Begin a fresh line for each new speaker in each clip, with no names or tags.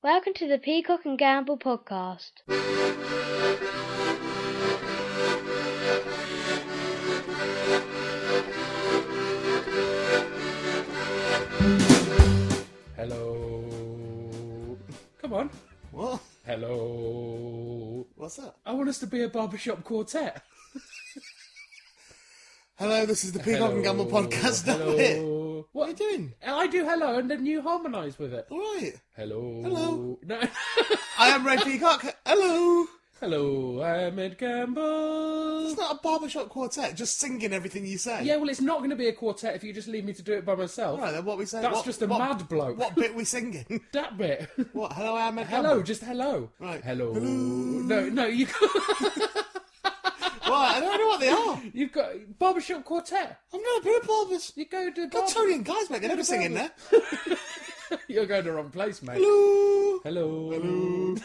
Welcome to the Peacock and Gamble podcast.
Hello. Come on.
What?
Hello.
What's that?
I want us to be a barbershop quartet.
Hello, this is the Peacock
Hello.
and Gamble podcast. Hello. What
Hello.
are you
What?
doing?
I do hello and then you harmonise with it.
All right.
Hello.
Hello.
No.
I am Red Peacock. Hello.
hello, I'm Ed Gamble.
It's not a barbershop quartet, just singing everything you say.
Yeah, well, it's not going to be a quartet if you just leave me to do it by myself.
All right, then what we say?
That's
what-
just a
what-
mad bloke.
What bit we singing?
That bit.
what? Hello, I am Red
Hello,
Gamble.
just hello.
Right.
Hello.
Hello.
No, no, you
What? I don't know what they are.
you've got barbershop quartet.
I've never been a barbers.
You go to
Got
barber-
Tony and Guys, mate. They're never singing there.
You're going to the wrong place, mate.
Hello.
Hello.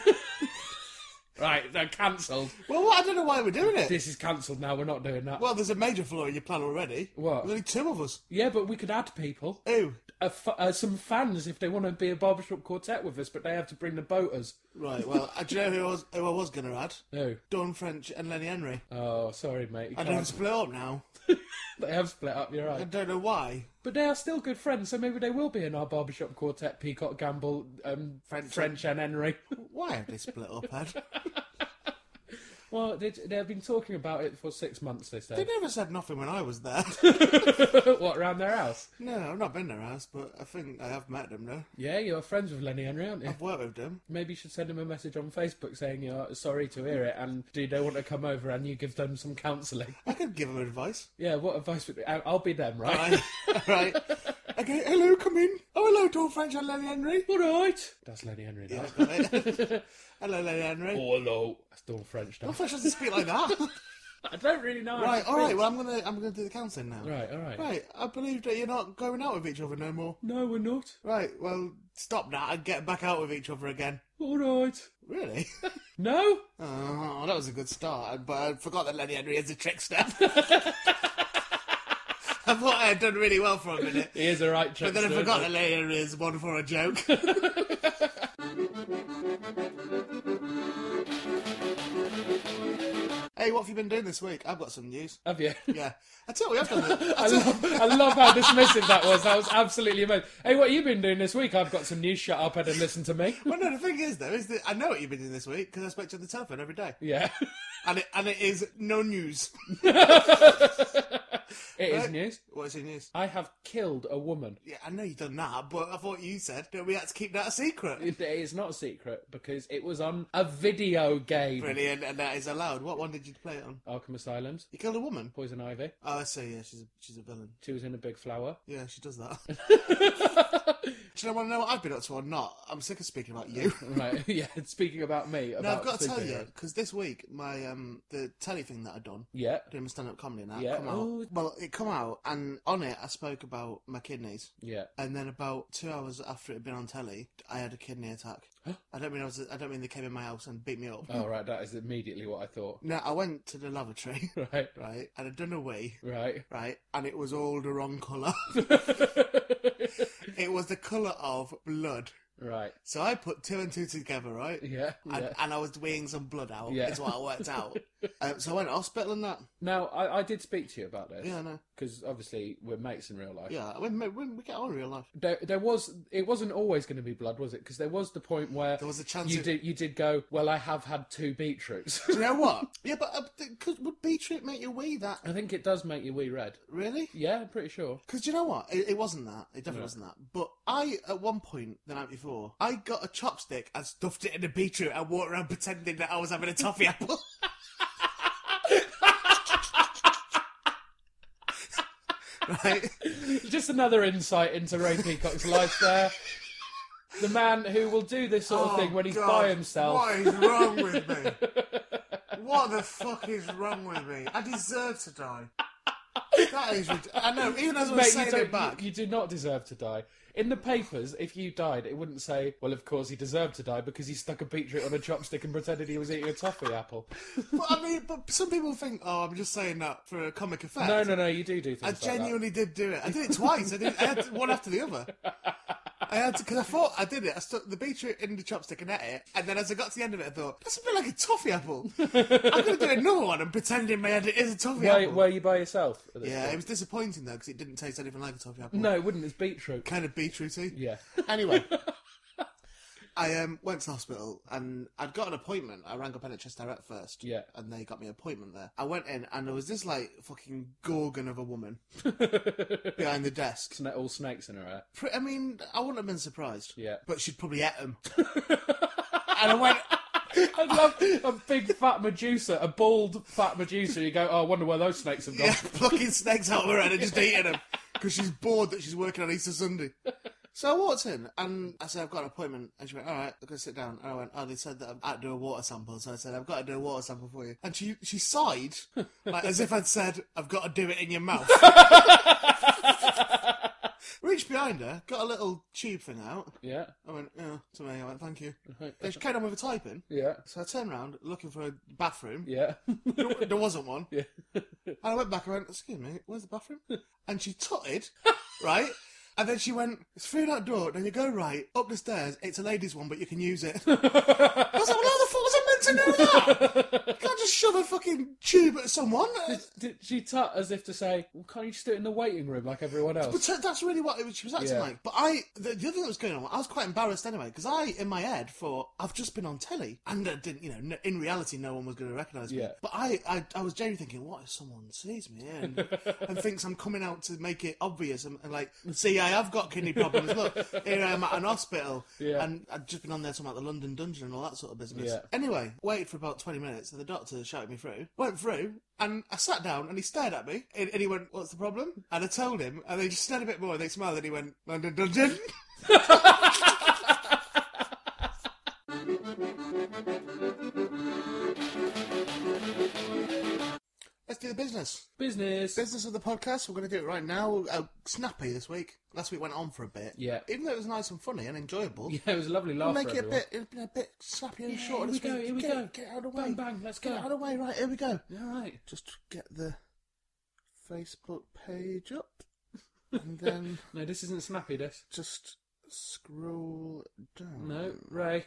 right, they're cancelled.
Well, what? I don't know why we're doing it.
This is cancelled now. We're not doing that.
Well, there's a major flaw in your plan already.
What?
There's only two of us.
Yeah, but we could add people,
Who?
uh, f- uh, some fans, if they want to be a barbershop quartet with us, but they have to bring the boaters.
Right, well, I- do you know who I was, who I was going to add?
No.
Don French and Lenny Henry.
Oh, sorry, mate. You
I don't
can't.
split up now.
They have split up. You're
I
right.
don't know why.
But they are still good friends, so maybe they will be in our barbershop quartet. Peacock, Gamble, um, French,
French.
and Henry.
Why have they split up, Ed?
well, they, they've been talking about it for six months. They
They
say.
never said nothing when I was there.
what around their house?
no, I've not been their house, but I think I have met them, though.
Yeah, you're friends with Lenny Henry, aren't you?
I've worked with them.
Maybe you should send him a message on Facebook saying you're sorry to hear it and do they want to come over and you give them some counselling.
I could give them advice.
Yeah, what advice would I- I'll be them, right?
Right. right. Okay, hello, come in. Oh, hello, Don French and Lenny Henry.
All right. That's Lenny Henry.
Yeah,
That.
got it. hello, Lenny Henry.
Oh, hello. That's Dawn French.
Don
That.
French doesn't speak like that.
I don't really know. how
right,
to
all right,
speak.
well, I'm going to I'm gonna do the counselling now.
right, all right.
Right, I believe that you're not going out with each other no more.
No, we're not.
Right, well, stop that and get back out with each other again.
All right.
Really?
No.
Oh, that was a good start, but I forgot that Lenny Henry is a trickster. I thought I had done really well for a minute,
He is a right
but
trickster.
then I forgot
isn't
that Lenny Henry is one for a joke. hey, what have you been doing this week? I've got some news.
he? Have you?
Yeah, I tell you, I've done it.
I love, I love how dismissive that was. That was absolutely amazing. Hey, what have you been doing this week? I've got some news. Shut up, Ed, and listen to me.
Well, no, the thing is, though, is that I know what you've been doing this week because I spoke to you on the telephone every day,
Yeah.
and it and it is no news.
It is
Right.
news.
What is your news?
I have killed a woman.
Yeah, I know you've done that, but I thought you said that we had to keep that a secret.
It is not a secret because it was on a video game.
Brilliant, and that is allowed. What one did you play it on?
Arkham Asylums,
You killed a woman.
Poison Ivy.
Oh, I see. Yeah, she's a, she's a villain.
She was in a big flower.
Yeah, she does that. Do you know, want to know what I've been up to or not? I'm sick of speaking about you.
right. Yeah. Speaking about me. About
no, I've got to tell you
superheroes.
because this week my um the telly thing that I done
Yeah.
doing my stand up comedy and that
Yeah.
come out.
Oh.
Well, it come out and on it I spoke about my kidneys.
Yeah.
And then about two hours after it had been on telly, I had a kidney attack. I don't mean I was. I don't mean they came in my house and beat me up.
Oh, right. That is immediately what I thought.
No, I went to the lavatory,
Right.
right, and I'd done a wee,
Right.
right, and it was all the wrong colour. it was the colour of blood.
right.
So I put two and two together, right?
Yeah. yeah.
And, and I was weeing some blood out.
Yeah.
It's what I worked out. um, so I went to hospital and that.
now, I, I did speak to you about this.
Yeah, I know.
Because obviously we're mates in real life.
Yeah, when, when we get on in real life,
There, there was. It wasn't always going to be blood, was it? Because there was the point where
there was a chance.
you
of-
did. You did go. Well, I have had two beetroots.
Do you know what? yeah, but uh, th- could, would beetroot make you wee that?
I think it does make you wee red.
Really?
Yeah, I'm pretty sure.
Because you know what? It, it wasn't that. It definitely
No.
wasn't that. But I, at one point the night before, I got a chopstick and stuffed it in a beetroot and walked around pretending that I was having a toffee apple. right?
Just another insight into Ray Peacock's life there. The man who will do this sort of thing when he's
Oh, God,
by himself.
What is wrong with me? what the fuck is wrong with me? I deserve to die. That is. rid- I know. Even as I was
Mate, you,
saying
don't,
it back,
you, you do not deserve to die. In the papers, if you died, it wouldn't say, well, of course he deserved to die because he stuck a beetroot on a chopstick and pretended he was eating a toffee apple.
But I mean, but some people think, oh, I'm just saying that for a comic effect.
No, no, no, you do do things
I
like that.
genuinely did do it. I did it twice. I did I had one after the other. I had because I thought I did it. I stuck the beetroot in the chopstick and ate it, and then as I got to the end of it, I thought that's a bit like a toffee apple. I'm gonna do another one and pretend in my head it is a toffee
Were,
apple.
were you by yourself? at this
yeah,
point?
it was disappointing though because it didn't taste anything like a toffee apple.
No, it wouldn't. It's beetroot.
kind of beetrooty.
Yeah.
Anyway, I um, went to the hospital and I'd got an appointment. I rang up NHS Direct first.
Yeah.
And they got me an appointment there. I went in and there was this like fucking gorgon of a woman
Isn't
behind the desk.
that all snakes in her hair?
Pre- I mean, I wouldn't have been surprised.
Yeah.
But she'd probably ate them. and I went,
I'd love a big fat Medusa, a bald fat Medusa. You go, oh, I wonder where those snakes have gone.
yeah, plucking snakes out of her head and just eating them because she's bored that she's working on Easter Sunday. So I walked in and I said, I've got an appointment. And she went, All right, I'm going to sit down. And I went, Oh, they said that I'm out to do a water sample. So I said, I've got to do a water sample for you. And she, she sighed, like as if I'd said, I've got to do it in your mouth. Reached behind her, got a little tube thing out.
Yeah.
I went, Yeah, to me. I went, Thank you.
Right.
Then she carried on with her typing.
Yeah.
So I turned around looking for a bathroom.
Yeah.
There- there wasn't one.
Yeah.
And I went back and went, excuse me, where's the bathroom? And she tutted, right? And then she went, it's through that door, then you go right, up the stairs, it's a ladies' one, but you can use it. I was like, well, how the fuck was I meant to know that? You can't just shove a fucking tube at someone.
Did she tut as if to say, well, can't you just do it in the waiting room like everyone
But
else?
t- that's really what it was, she was acting
Yeah.
like. But I, the, the other thing that was going on, I was quite embarrassed anyway, because I, in my head, thought, I've just been on telly. And I didn't, you know, n- in reality, no one was going to recognise me.
Yeah.
But I, I, I was genuinely thinking, what if someone sees me here and, and thinks I'm coming out to make it obvious and, and like, see, I have got kidney problems. Look, here I am at an hospital.
Yeah.
And I'd just been on there talking about the London Dungeon and all that sort of business.
Yeah.
Anyway, waited for about 20 minutes and the doctor shouted me through. Went through and I sat down and he stared at me and, and he went, What's the problem? And I told him and they just stared a bit more and they smiled and he went, London Dungeon. Let's do the business.
Business.
Business of the podcast. We're going to do it right now. Uh, snappy this week. Last week went on for a bit.
Yeah.
Even though it was nice and funny and enjoyable.
Yeah, it was a lovely laugh.
We'll make
for
it a
everyone.
bit, it'll be a bit snappy and
Yeah,
shorter.
here
this
we go,
week.
here we
get,
go.
Get out of the way.
Bang, bang, let's
Get
go.
out of the way, right, here we go.
All right.
Just get the Facebook page up and then
No, this isn't snappy, this.
just scroll down.
No, Ray.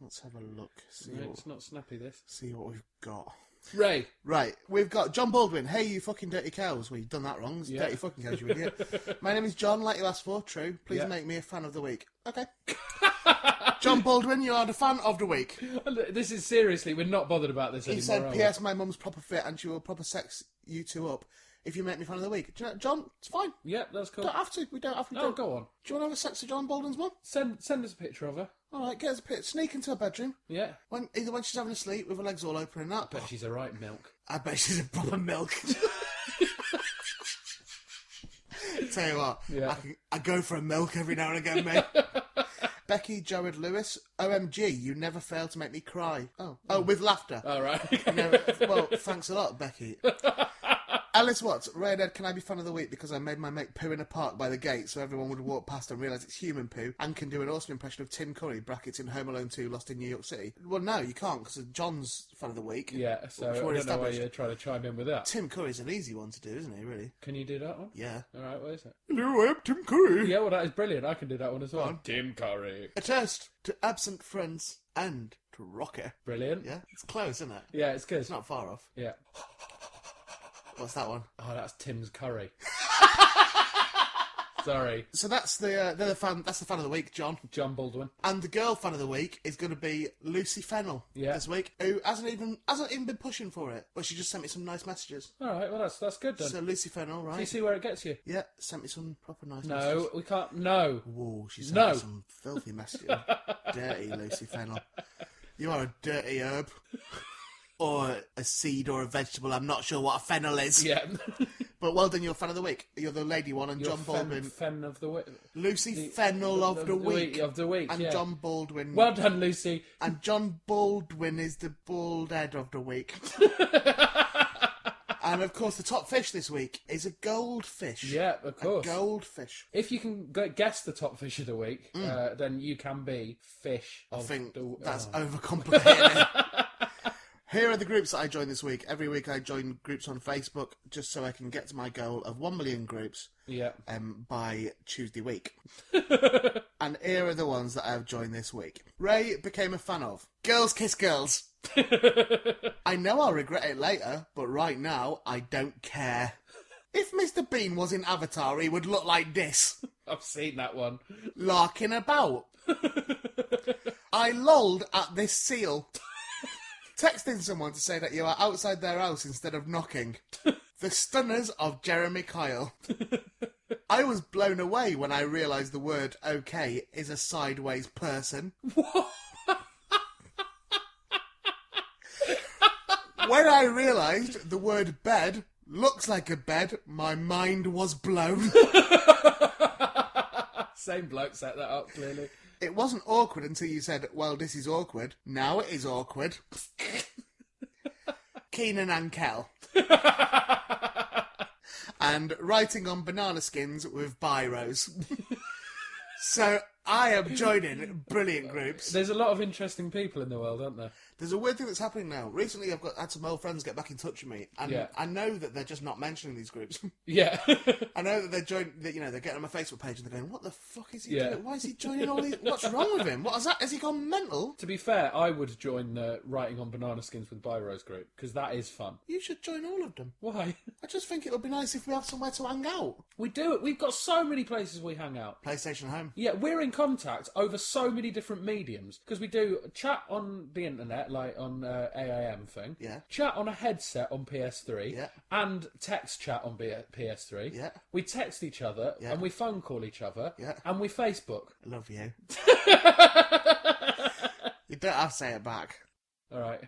Let's have a look. See,
No,
what,
it's not snappy, this.
see what we've got.
Ray.
Right, we've got John Baldwin. Hey, you fucking dirty cows. Well, you've done that wrong. It's
Yeah.
dirty fucking cows, you idiot. My name is John, like your last four, true. Please
Yeah.
make me a fan of the week. Okay. John Baldwin, you are the fan of the week.
This is seriously, we're not bothered about this
He
anymore.
said,
are we?
"P.S. My mum's proper fit, and she will proper sex you two up if you make me fan of the week." Do you know, John, it's fine.
Yep, that's cool.
Don't have to. We don't have to.
No,
do, it.
go on.
do you want to have a sex to John Bolden's mum?
Send send us a picture of her.
All right, get us a pit. Sneak into her bedroom.
Yeah.
When either when she's having a sleep with her legs all open and that.
Bet she's a right milk.
I bet she's a proper milk. Tell you what,
Yeah.
I, can, I go for a milk every now and again, mate. Becky Jared Lewis, OMG, you never fail to make me cry. Oh, oh, with laughter.
All right.
No, well, thanks a lot, Becky. Alice Watts, Radiohead, can I be fan of the week because I made my mate poo in a park by the gate so everyone would walk past and realise it's human poo and can do an awesome impression of Tim Curry, brackets in Home Alone 2, Lost in New York City? Well, no, you can't because John's fan of the week.
yeah, so I
Which we've
don't know why
established.
you're trying to chime in with that.
Tim Curry's an easy one to do, isn't he, really?
Can you do that one?
Yeah.
All right, where is it?
Hello, I'm Tim Curry.
Yeah, well, that is brilliant. I can do that one as well. Tim Curry.
A toast to absent friends and to Rocker.
Brilliant.
Yeah, it's close, isn't it?
Yeah, it's good.
It's not far off.
Yeah.
What's that one?
Oh, that's Tim's curry. Sorry,
So that's the uh, they're the fan that's the fan of the week, John.
John Baldwin.
And the girl fan of the week is going to be Lucy Fennell
Yeah.
this week, who hasn't even hasn't even been pushing for it, but she just sent me some nice messages.
All right, well, that's that's good then.
So Lucy Fennell,
Do you
right?
see where it gets you?
Yeah, sent me some proper nice messages.
No, we can't. No.
Whoa, she sent
No.
me some filthy messages. dirty Lucy Fennell. You are a dirty herb. Or a seed or a vegetable. I'm not sure what a fennel is.
Yeah.
But well done, you're fan of the week. You're the lady one, and
Your
John
fem-
Baldwin.
Fem of the week.
Lucy Fennell of the, week.
Of the week.
and
yeah.
John Baldwin.
Well done, Lucy.
and John Baldwin is the bald head of the week. and of course, the top fish this week is a goldfish.
Yeah, of course.
Goldfish.
If you can gu- guess the top fish of the week, uh, then you can be fish
Mm. I
of
think
the
that's
oh.
overcomplicated. Here are the groups that I join this week. Every week I join groups on Facebook just so I can get to my goal of 1 million groups
Yeah.
um, by Tuesday week. and here are the ones that I have joined this week. Ray became a fan of Girls Kiss Girls. I know I'll regret it later, but right now I don't care. If Mr. Bean was in Avatar, he would look like this,
I've seen that one.
larking about. I lolled at this seal. Texting someone to say that you are outside their house instead of knocking. the stunners of Jeremy Kyle. I was blown away when I realised the word okay is a sideways person. when I realised the word bed looks like a bed, my mind was blown.
Same bloke set that up clearly.
It wasn't awkward until you said, well, this is awkward. Now it is awkward. Keenan and Kel. and writing on banana skins with biros. so I am joining brilliant groups.
There's a lot of interesting people in the world, aren't there?
There's a weird thing that's happening now. Recently, I've got had some old friends get back in touch with me, and
Yeah.
I know that they're just not mentioning these groups.
Yeah.
I know that they're joining. That, you know, they're getting on my Facebook page and they're going, "What the fuck is he
Yeah.
doing? Why is he joining all these? What's wrong with him? What is that? Has he gone mental?"
to be fair, I would join the writing on banana skins with Byros group because that is fun.
You should join all of them.
Why?
I just think it would be nice if we have somewhere to hang out.
We do it. We've got so many places we hang out.
PlayStation Home.
Yeah, we're in contact over so many different mediums because we do chat on the internet, like on uh, AIM thing.
Yeah.
Chat on a headset on PS3.
Yeah.
And text chat on B- PS3.
Yeah.
We text each other
Yeah.
and we phone call each other.
Yeah.
And we Facebook.
I love you. you don't have to say it back.
All right.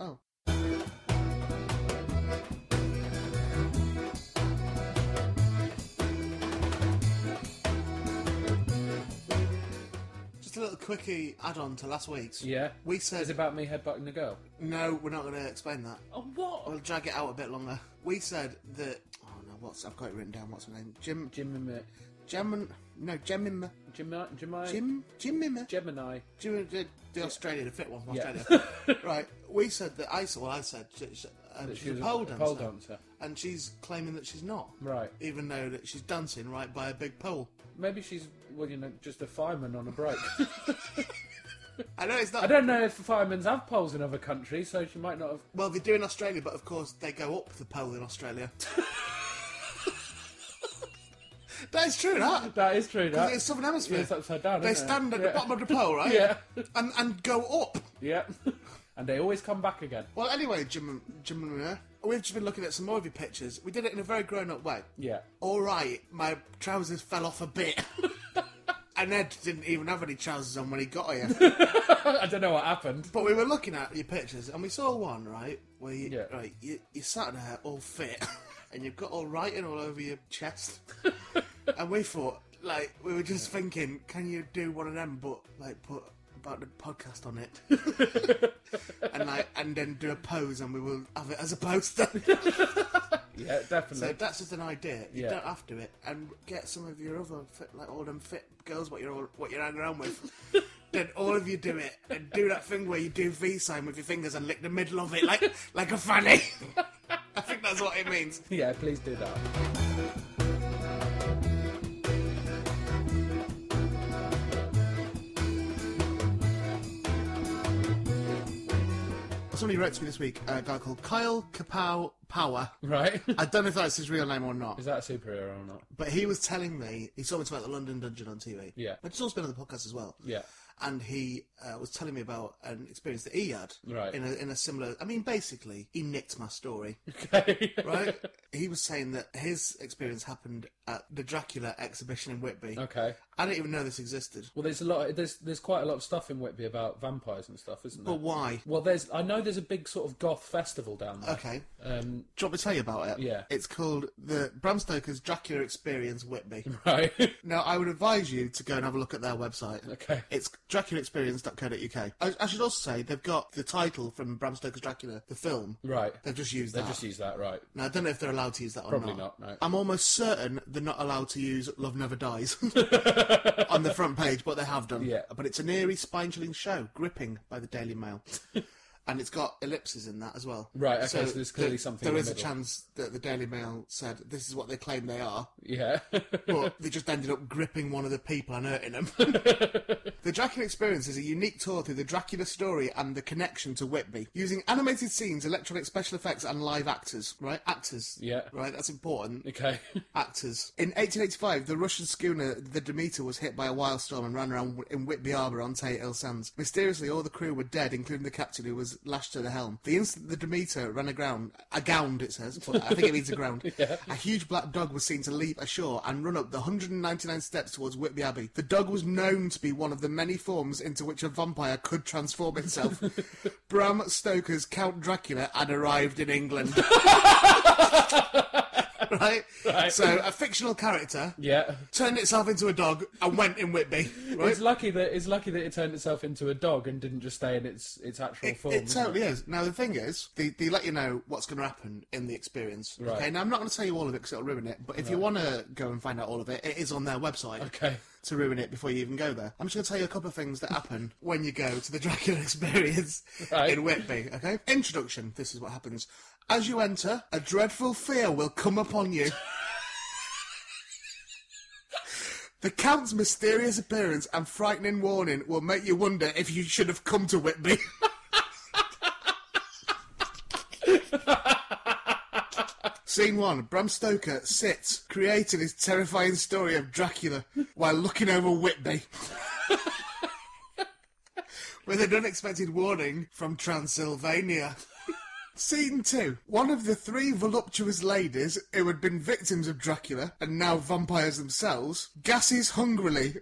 Oh. Just a little quickie add on to last week's.
Yeah.
We
It's
said.
about me headbutting a girl.
No, we're not going to explain that.
Oh, what?
We'll drag it out a bit longer. We said that. Oh no, what's. I've got it written down. What's her name? Jim.
Gemini.
Jim. No, Jemima.
Gemini. Gemini.
Jim. Jimima.
Gemini.
Jim, the, the Australian, the fit one from
Yeah.
Australia. right, we said that I said, well, I said she, she, um,
That
she's
she was
a pole dancer,
pole dancer.
and she's claiming that she's not,
Right.
even though that she's dancing right by a big pole.
Maybe she's, well, you know, just a fireman on a break.
I know it's
I
not.
don't know if firemen have poles in other countries, so she might not have.
Well, they do in Australia, but of course they go up the pole in Australia. that is true. That
That is true. That
it's Southern Hemisphere.
it's upside down.
they
isn't it?
stand at
yeah.
the bottom of the pole, right?
Yeah.
and and go up.
Yeah. and they always come back again.
Well, anyway, Jim, Jim, uh, we've just been looking at some more of your pictures. We did it in a very grown-up way.
Yeah.
all right, my trousers fell off a bit. and Ed didn't even have any trousers on when he got here.
I don't know what happened.
but we were looking at your pictures, and we saw one, right, where you,
Yeah.
right, you, you're sat there all fit, and you've got all writing all over your chest. and we thought, like, we were just thinking, can you do one of them, but, like, put about the podcast on it and like and then do a pose and we will have it as a poster
Yeah,
So
definitely.
that's just an idea. You
Yeah.
don't have to it, and get some of your other fit, like all them fit girls what you're all, what you're hanging around with. then all of you do it and do that thing where you do V sign with your fingers and lick the middle of it like like a fanny. I think that's what it means.
yeah, please do that.
Somebody wrote to me this week, a guy called Kyle Kapow Power.
Right.
I don't know if that's his real name or not.
Is that a superhero or not?
But he was telling me he saw me talk about the London Dungeon on TV.
Yeah.
which has also been on the podcast as well.
Yeah.
and he uh, was telling me about an experience that he had.
Right.
in a in a similar. I mean, basically, he nicked my story.
Okay.
Right, he was saying that his experience happened at the Dracula exhibition in Whitby.
okay.
I didn't even know this existed.
Well, there's a lot. There's there's quite a lot of stuff in Whitby about vampires and stuff, isn't there?
But why?
well, there's. I know there's a big sort of goth festival down there.
Okay,
Um,
do you want me to tell you about it?
Yeah.
It's called the Bram Stoker's Dracula Experience Whitby.
right.
now, I would advise you to go and have a look at their website.
okay.
It's draculaexperience.co.uk. I, I should also say they've got the title from Bram Stoker's Dracula, the film.
Right.
They've just used
They
that.
just use that, right?
Now, I don't know if they're allowed to use that or
Probably
not.
not, no.
I'm almost certain they're not allowed to use Love Never Dies on the front page, but they have done.
Yeah.
But it's an eerie, spine chilling show, gripping by the Daily Mail. and it's got ellipses in that as well.
Right, okay, so there's clearly something
There
in
is
the
a
middle.
chance that the Daily Mail said this is what they claim they are,
Yeah.
but they just ended up gripping one of the people and hurting them. the Dracula Experience is a unique tour through the Dracula story and the connection to Whitby, using animated scenes, electronic special effects, and live actors. Right, actors.
Yeah.
Right, that's important
okay.
actors. In 1885, the Russian schooner the Demeter was hit by a wild storm and ran around in Whitby Harbour on Tate Hill Sands. Mysteriously, all the crew were dead, including the captain who was lashed to the helm. The instant the Demeter ran aground, aground it says, but I think it means aground, a huge black dog was seen to leap ashore and run up the 199 steps towards Whitby Abbey. The dog was known to be one of the many forms into which a vampire could transform itself. Bram Stoker's Count Dracula had arrived in England. right?
Right.
So a fictional character
Yeah.
turned itself into a dog and went in Whitby. Right?
It's lucky that it's lucky that it turned itself into a dog and didn't just stay in its its actual
It,
form.
it
isn't
totally is. Now the thing is, they, they let you know what's going to happen in the experience.
Right.
Okay. Now I'm not going to tell you all of it because it'll ruin it. But if you want to go and find out all of it, it is on their website.
Okay.
To ruin it before you even go there, I'm just going to tell you a couple of things that happen when you go to the Dracula Experience
Right.
in Whitby. Okay. Introduction. This is what happens. As you enter, a dreadful fear will come upon you. The Count's mysterious appearance and frightening warning will make you wonder if you should have come to Whitby. Scene 1. Bram Stoker sits, creating his terrifying story of Dracula while looking over Whitby. With an unexpected warning from Transylvania. Scene 2. One of the three voluptuous ladies who had been victims of Dracula and now vampires themselves gasses hungrily.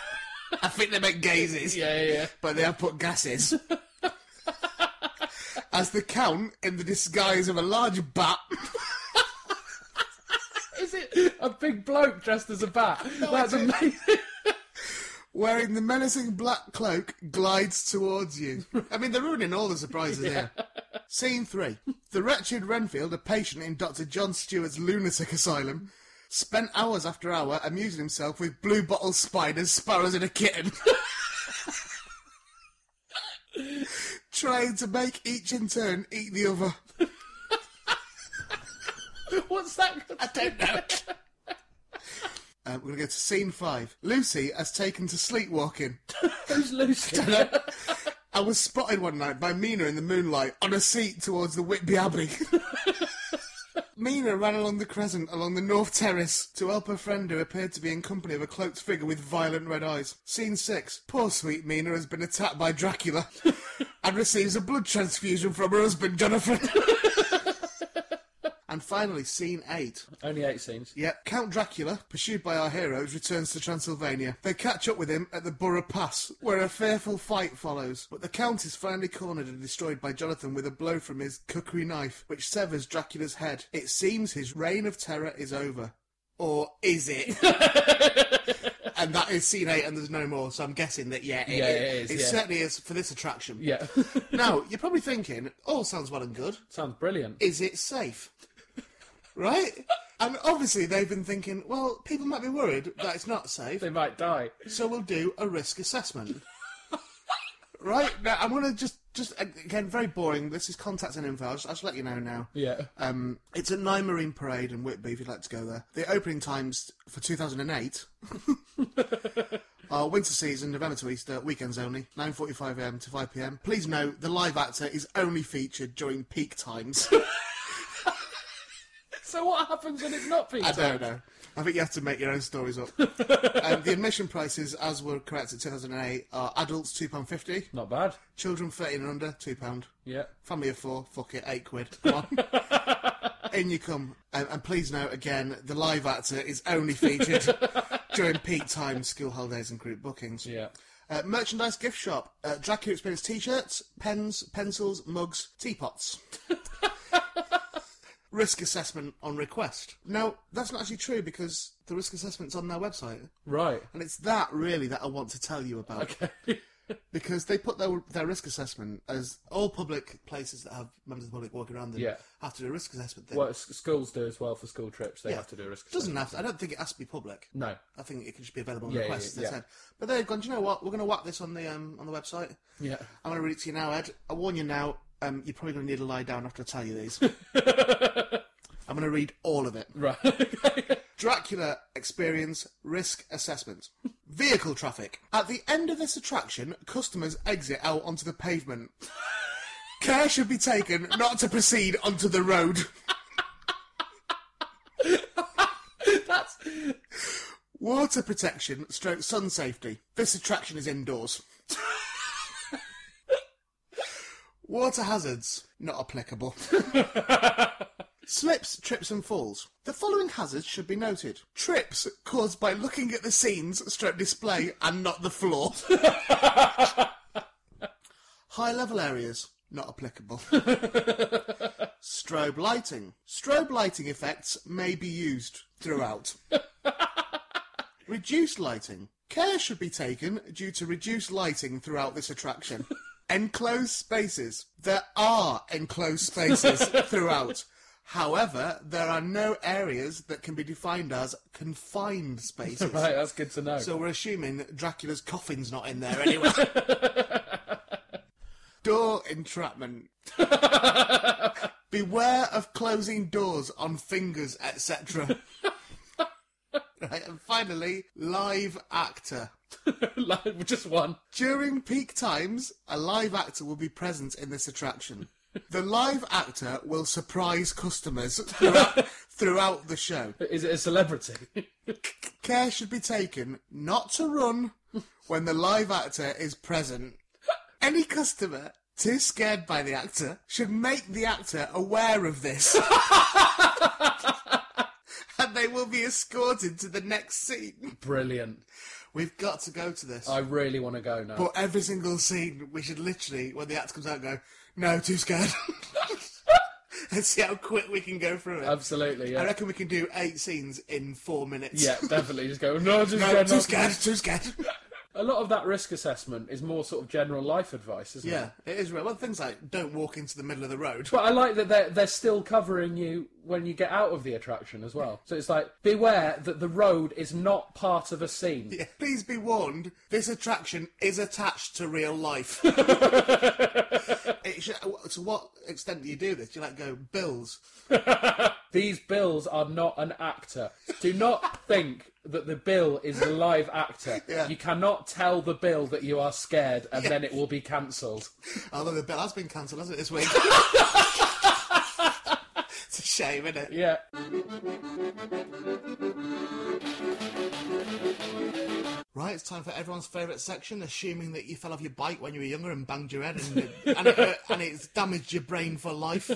I think they meant gazes
Yeah, yeah, yeah.
but they have put gases. As the Count, in the disguise of a large bat,
Is it a big bloke dressed as a bat? That's
idea.
amazing.
wearing the menacing black cloak, glides towards you. I mean, they're ruining all the surprises here. Scene 3. The wretched Renfield, a patient in Dr. John Stewart's lunatic asylum, spent hours after hour amusing himself with blue bottle spiders, sparrows, and a kitten. Trying to make each in turn eat the other.
What's that?
I don't know. Uh, we're going to go to scene five. Lucy has taken to sleepwalking.
Who's Lucy?
I was spotted one night by Mina in the moonlight on a seat towards the Whitby Abbey. Mina ran along the crescent along the north terrace to help her friend who appeared to be in company of a cloaked figure with violent red eyes. Scene 6. Poor sweet Mina has been attacked by Dracula and receives a blood transfusion from her husband, Jonathan. and finally, scene 8.
Only eight scenes.
Yep. Count Dracula, pursued by our heroes, returns to Transylvania. They catch up with him at the Borough Pass, where a fearful fight follows. But the Count is finally cornered and destroyed by Jonathan with a blow from his cookery knife, which severs Dracula's head. It seems his reign of terror is over. Or is it? and that is scene eight, and there's no more. So I'm guessing that yeah, it,
Yeah, it is,
It
yeah.
certainly is for this attraction.
Yeah.
Now you're probably thinking, all sounds well and good
Sounds brilliant.
is it safe? right? And obviously they've been thinking, well, people might be worried that it's not safe,
They might die.
so we'll do a risk assessment. right? Now I'm gonna just just again very boring. This is contacts and info. I'll just, I'll just let you know now.
Yeah.
Um, it's at Nine Marine Parade in Whitby if you'd like to go there. The opening times for 2008 are winter season, November to Easter, weekends only, 9.45am to 5pm. Please note, the live actor is only featured during peak times.
So what happens when it's not
I
Peter?
don't know. I think you have to make your own stories up. um, the admission prices, as were correct at 2008, are adults £2.50,
Not bad.
children 13 and under £2,
Yeah.
family of four, fuck it, 8 quid. Come on. In you come. Um, and please note again, the live actor is only featured during peak time, school holidays, and group bookings.
Yeah.
Uh, merchandise gift shop. Uh, Dracula Experience t-shirts, pens, pencils, mugs, teapots. risk assessment on request. Now, that's not actually true because the risk assessment's on their website.
Right.
And it's that, really, that I want to tell you about.
Okay.
because they put their their risk assessment as all public places that have members of the public walking around them
Yeah.
have to do a risk assessment thing.
Well, s- schools do as well for school trips. They
Yeah.
have to do a risk.
It doesn't
assessment.
have to. I don't think it has to be public.
No.
I think it can just be available on
Yeah, yeah,
request.
yeah,
they
yeah.
said. But they've gone. Do you know what? We're going to whack this on the um, on the website.
Yeah.
I'm going to read it to you now, Ed. I warn you now. Um, you're probably going to need to lie down after I tell you these. I'm going to read all of it.
Right. okay.
Dracula Experience Risk Assessment. Vehicle traffic. At the end of this attraction, customers exit out onto the pavement. Care should be taken not to proceed onto the road.
That's
Water protection stroke sun safety. This attraction is indoors. Water hazards not applicable. Slips, trips, and falls. The following hazards should be noted: trips caused by looking at the scenes, stroke display, and not the floor. High level areas not applicable. strobe lighting. Strobe lighting effects may be used throughout. Reduced lighting. Care should be taken due to reduced lighting throughout this attraction. enclosed spaces. There are enclosed spaces throughout. However, there are no areas that can be defined as confined spaces.
right. That's good to know.
So we're assuming that Dracula's coffin's not in there anyway. Door entrapment. Beware of closing doors on fingers, etc. right, and finally, live actor.
Like, just one.
During peak times, a live actor will be present in this attraction. The live actor will surprise customers throughout, throughout the show.
Is it a celebrity?
Care should be taken not to run when the live actor is present. Any customer too scared by the actor should make the actor aware of this. and they will be escorted to the next scene.
Brilliant.
We've got to go to this.
I really want to go now.
But every single scene, we should literally, when the actor comes out, go, no, too scared. and see how quick we can go through it.
Absolutely.
I
Yeah.
reckon we can do eight scenes in four minutes.
Yeah, definitely. Just go. No, just
no,
go, no."
too scared, too scared.
A lot of that risk assessment is more sort of general life advice, isn't it?
Yeah, it is real. Well, things like don't walk into the middle of the road.
But I like that they're, they're still covering you when you get out of the attraction as well. So it's like, beware that the road is not part of a scene.
Yeah. Please be warned, this attraction is attached to real life. it should, to what extent do you do this? Do you like go bills?
These bills are not an actor. Do not think that the bill is a live actor.
Yeah.
You cannot tell the bill that you are scared and then it will be cancelled.
Although the bill has been cancelled, hasn't it, this week? it's a shame, isn't it?
Yeah.
Right, it's time for everyone's favourite section, assuming that you fell off your bike when you were younger and banged your head and, and, it, hurt- and it's damaged your brain for life.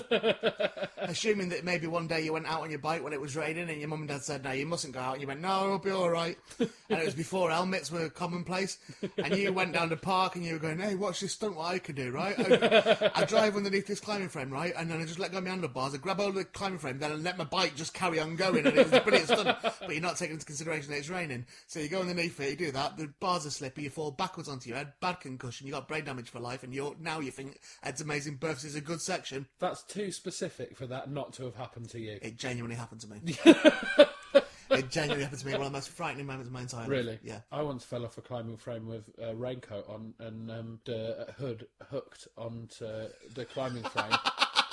assuming that maybe one day you went out on your bike when it was raining and your mum and dad said, no, you mustn't go out. And you went, no, I'll be all right. And it was before helmets were commonplace. And you went down the park and you were going, hey, watch this stunt what I can do, right? I, I drive underneath this climbing frame, right? And then I just let go of my handlebars. I grab hold of the climbing frame, then I let my bike just carry on going. And it was a brilliant stunt. But you're not taking into consideration that it's raining. So you go underneath it, you do that, the bars are slippy, you fall backwards onto your head, bad concussion, you got brain damage for life, and you're now you think Ed's Amazing Births is a good section.
That's too specific for that not to have happened to you.
It genuinely happened to me. it genuinely happened to me. One of the most frightening moments of my entire life.
Really?
Yeah.
I once fell off a climbing frame with a raincoat on and um, the hood hooked onto the climbing frame.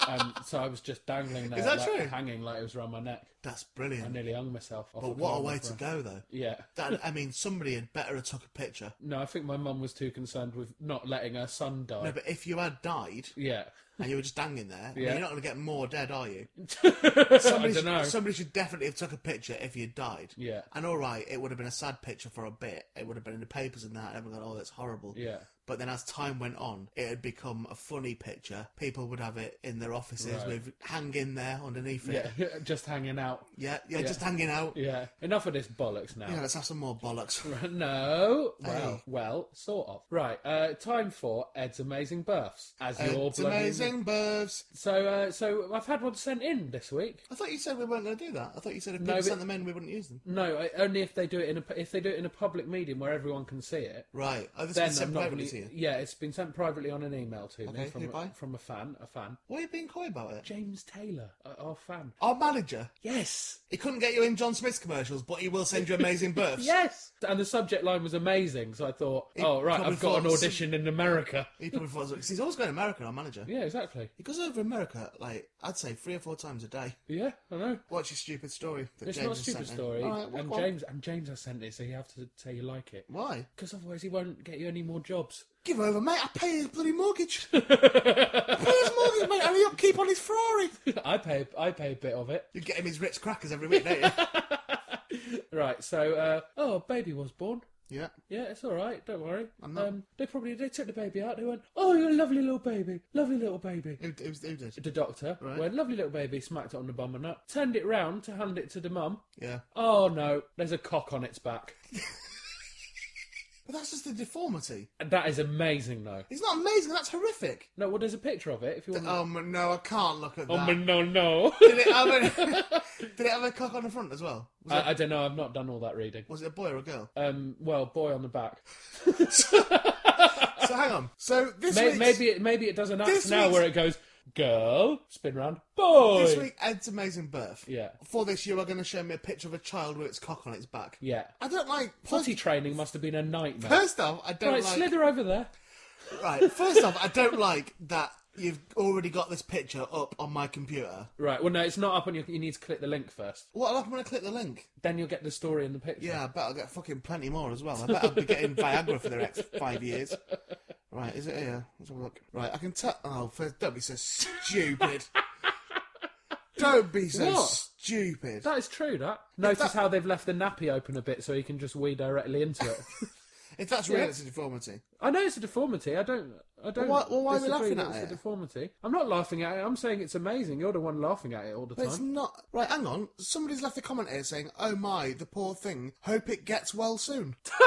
um, so I was just dangling there,
Is that
like,
true?
hanging like it was around my neck.
That's
I
brilliant.
nearly hung myself. Off
But what a way to go, though.
Yeah.
That, I mean, somebody had better have took a picture.
No, I think my mum was too concerned with not letting her son die.
No, but if you had died
Yeah.
and you were just hanging there, I mean,
Yeah.
you're not going to get more dead, are you?
I
Somebody,
don't know.
Should, somebody should definitely have took a picture if you died.
Yeah.
And all right, it would have been a sad picture for a bit. It would have been in the papers and that. Everyone going, oh, that's horrible.
Yeah.
But then as time went on, it had become a funny picture. People would have it in their offices
Right.
with hang in there underneath it.
Yeah. just hanging out.
Yeah, yeah, just hanging out. Yeah.
Yeah. Enough of this bollocks now.
let's have some more bollocks.
No, well,
Hey.
well, sort of. Right, uh, time for Ed's amazing births. As your
It's amazing Morning, birds.
So, uh, so I've had one sent in this week.
I thought you said we weren't going to do that. I thought you said if
No,
people
but-
sent them in, we wouldn't use them.
No, I, only if they do it in a pu- if they do it in a public medium where everyone can see it.
Right. Oh, this
Then
is
I'm
sent
not
privately
gonna-
to you.
Yeah, it's been sent privately on an email to
Okay,
me from
who by?
a, from a fan, a fan.
Why are you being coy about it?
James Taylor, uh, our fan.
Our manager.
Yes,
He couldn't get you in John Smith's commercials, but he will send you amazing births.
yes. And the subject line was amazing, so I thought,
He
oh right,
probably
I've got an
thought-
audition in America.
He probably thought, because he's always going to America, our manager.
Yeah, exactly.
He goes over America, like, I'd say three or four times a day.
Yeah, I know.
What's your stupid story? That
It's not
James
a
has
stupid
sent in?
story.
All right, well,
and
go on.
James and James has sent it, so you have to say you like it.
Why?
Because otherwise he won't get you any more jobs.
Give over, mate. I pay his bloody mortgage. pay his mortgage, mate, and the upkeep on his Ferrari.
I pay I pay a bit of it.
You get him his Ritz crackers every week, don't you?
Right, so uh, oh, a baby was born.
yeah.
Yeah, it's all right. Don't worry.
I'm not-
Um, they probably they took the baby out. They went, "Oh, you're a lovely little baby, lovely little baby."
Who, who, who did?
The doctor
Right.
went, "Lovely little baby." Smacked it on the bum and up. Turned it round to hand it to the mum.
Yeah.
Oh no, there's a cock on its back.
But that's just the deformity.
And that is amazing, though.
It's not amazing. That's horrific.
No, well, there's a picture of it if you want.
Oh m- no, I can't look at that.
oh no, no.
did, it have a, did it have a cock on the front as well? Was, it,
I, I don't know. I've not done all that reading.
was it a boy or a girl?
Um, well, boy on the back.
so hang on. So this
May
week's-
maybe it, maybe it does an act
this
now
week's-
where it goes girl spin round boy.
this week Ed's amazing birth.
Yeah.
For this, you are going to show me a picture of a child with its cock on its back.
Yeah,
I don't like
potty training must have been a nightmare.
First off, I don't
Right,
like.
slither over there.
Right. First off, I don't like that you've already got this picture up on my computer.
Right, well, no, it's not up on your. You need to click the link first.
What happened when I click the link?
Then you'll get the story in the picture.
Yeah, I bet I'll get fucking plenty more as well. I bet I'll be getting Viagra for the next five years. Right, is it here? Let's have a look. Right, I can tell. Oh, for- don't be so stupid. don't be so
What?
stupid.
That is true, that. Notice how they've left the nappy open a bit so he can just wee directly into it.
If that's real,
Yeah.
it's a deformity.
I know it's a deformity. I don't. I don't.
why- well, why are we
disagree
laughing
that
at
it's
it?
a deformity. I'm not laughing at it. I'm saying it's amazing. You're the one laughing at it all the
But
time.
it's not. Right, hang on. Somebody's left a comment here saying, oh my, the poor thing. Hope it gets well soon. it's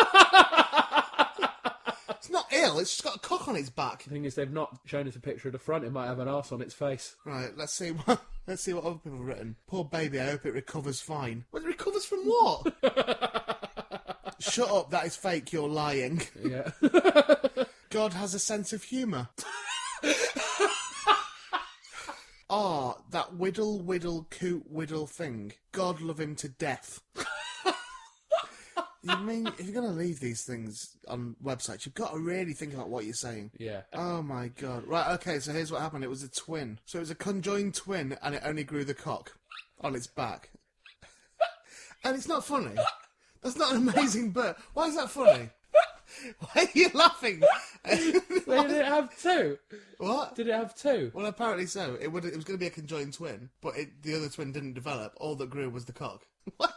not ill, it's just got a cock on its back.
The thing is, they've not shown us a picture of the front. It might have an arse on its face.
Right, let's see what let's see what other people have written. Poor baby, I hope it recovers fine. Well, it recovers from what? Shut up, that is fake, you're lying.
Yeah.
God has a sense of humour. Ah, that whiddle whiddle coot whiddle thing. God love him to death. you mean if you're gonna leave these things on websites, you've got to really think about what you're saying.
yeah.
Oh my god. Right, okay, so here's what happened. It was a twin. So it was a conjoined twin and it only grew the cock on its back. and it's not funny. That's not an amazing bird. Why is that funny? Why are you laughing?
They didn't have two.
what?
Did it have two?
Well, apparently so. It would. It was going to be a conjoined twin, but it, the other twin didn't develop. All that grew was the cock. What?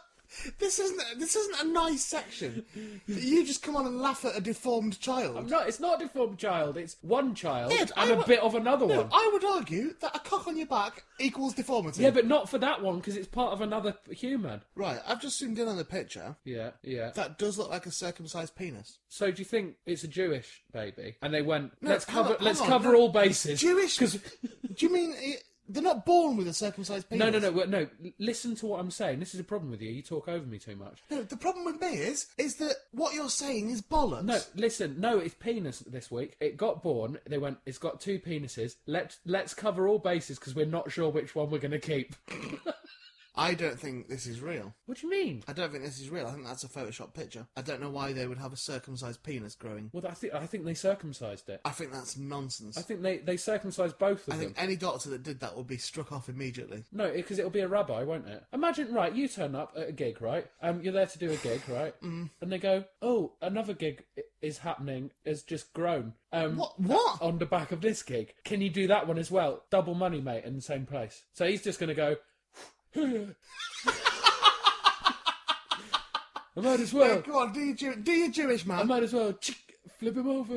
This isn't. This isn't a nice section. You just come on and laugh at a deformed child.
No, it's not a deformed child. It's one child
Ed,
and
I
a
wa-
bit of another
No,
one.
I would argue that a cock on your back equals deformity.
Yeah, but not for that one because it's part of another human.
Right, I've just zoomed in on the picture.
Yeah, yeah.
That does look like a circumcised penis.
So do you think it's a Jewish baby? And they went,
No,
let's
hang
cover,
on,
let's
hang on,
cover
no.
all bases.
Jewish?
'Cause-
Do you mean it, they're not born with a circumcised penis?
no, no, no, well, no. l- Listen to what I'm saying. This is a problem with you. You talk over me too much.
No, the problem with me is, is that what you're saying is bollocks.
No, listen. No, it's penis this week. It got born. They went. It's got two penises. Let's let's cover all bases because we're not sure which one we're going to keep.
I don't think this is real.
What do you mean?
I don't think this is real. I think that's a Photoshop picture. I don't know why they would have a circumcised penis growing.
Well, I think I think they circumcised it.
I think that's nonsense.
I think they they circumcised both of
I
them.
think any doctor that did that would be struck off immediately.
No, because it'll be a rabbi, won't it? Imagine, right? You turn up at a gig, right? Um, you're there to do a gig, right? mm. And they go, "Oh, another gig i- is happening. Has just grown. Um,
What? What?
on the back of this gig? Can you do that one as well? Double money, mate, in the same place." So he's just going to go. I might as well.
Go on, do you, Jew- do you Jewish
I
man?
might as well chick, flip him over.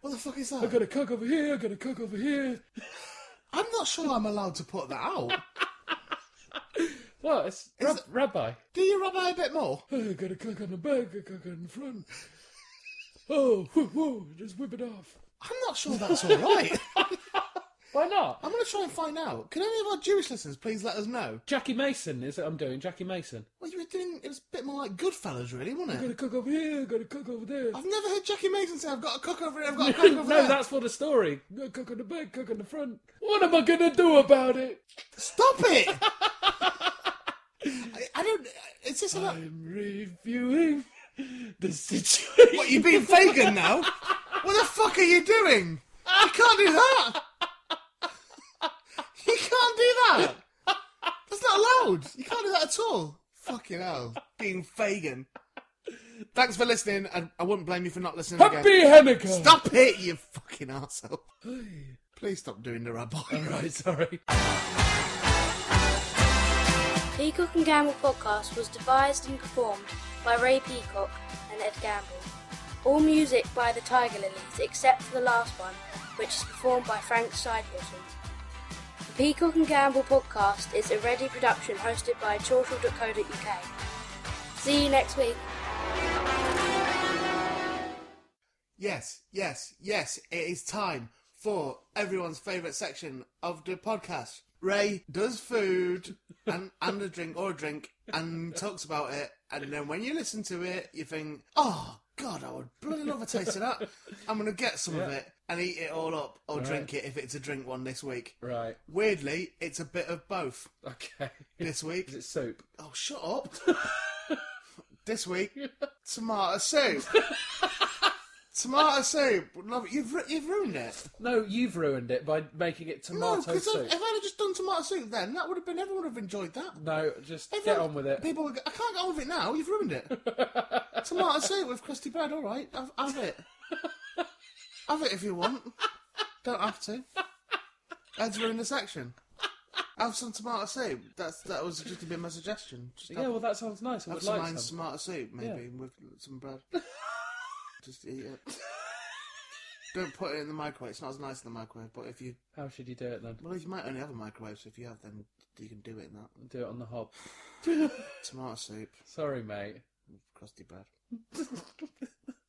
What the fuck is that?
I got a cock over here. I got a cock over here.
I'm not sure I'm allowed to put that out.
What? It's rab-
it-
rabbi.
Do you rabbi a bit more?
Oh, got a cock on the back, a cock on the front. Oh, whoa, whoa, just whip it off.
I'm not sure that's all right.
Why not?
I'm going to try and find out. Can any of our Jewish listeners please let us know?
Jackie Mason is what I'm doing. Jackie Mason.
Well, you were doing it was a bit more like Goodfellas, really, wasn't
Got to
it?
cook over here. Got to cook over there.
I've never heard Jackie Mason say, "I've got a cook over here, I've got a cook
Oh, no,
over there."
that's for the story. Gotta Cook on the back, cook on the front. What am I gonna do about it?
Stop it! I, I don't. It's just about.
I'm reviewing the situation.
What you being Fagin now? What the fuck are you doing? You can't do that. You can't do that. That's not allowed. You can't do that at all. Fucking hell, being Fagin. Thanks for listening, and I wouldn't blame you for not listening again.
Happy Hanukkah.
Stop it, you fucking asshole.
Hey.
Please stop doing the rabbi.
All right, sorry.
Peacock and Gamble podcast was devised and performed by Ray Peacock and Ed Gamble. All music by the Tiger Lilies, except for the last one, which is performed by Frank Sidebottom. The Peacock and Gamble podcast is a ready production hosted by chortle.co.uk. See you next week.
Yes, yes, yes, it is time for everyone's favourite section of the podcast. Ray does food and, and a drink or a drink and talks about it. And then when you listen to it, you think, oh, God, I would bloody love a taste of that. I'm going to get some of it and eat it all up or drink it if it's a drink one this week.
Right.
Weirdly, it's a bit of both
Okay.
this week.
Is it soap?
Oh, shut up. this week, tomato soup. tomato soup. Love it. You've, ru- you've ruined it.
No, you've ruined it by making it
No,
tomato
because
soup.
if I'd have just done tomato soup then, that would have been, everyone would have enjoyed that.
No, just get
Everyone-
on with it.
People would go, I can't get on with it now. You've ruined it. tomato soup with crusty bread, all right. Have, have it. have it if you want. Don't have to. Ed's ruined the section. Have some tomato soup. That's That was just a bit my suggestion. Just have
Yeah, well, that sounds nice. I
Have
would
some
like
nice
some.
tomato soup, maybe, with some bread. Just eat it. Don't put it in the microwave. It's not as nice in the microwave, but if you
How should you do it then?
well, you might only have a microwave, so if you have, then you can do it in that
Do it on the hob.
tomato soup,
Sorry, mate.
with crusty bread,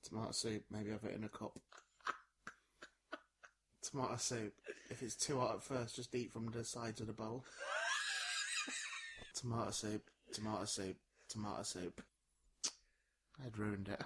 tomato soup. Maybe have it in a cup. Tomato soup. If it's too hot at first, just eat from the sides of the bowl. tomato soup. Tomato soup. Tomato soup. I'd ruined it.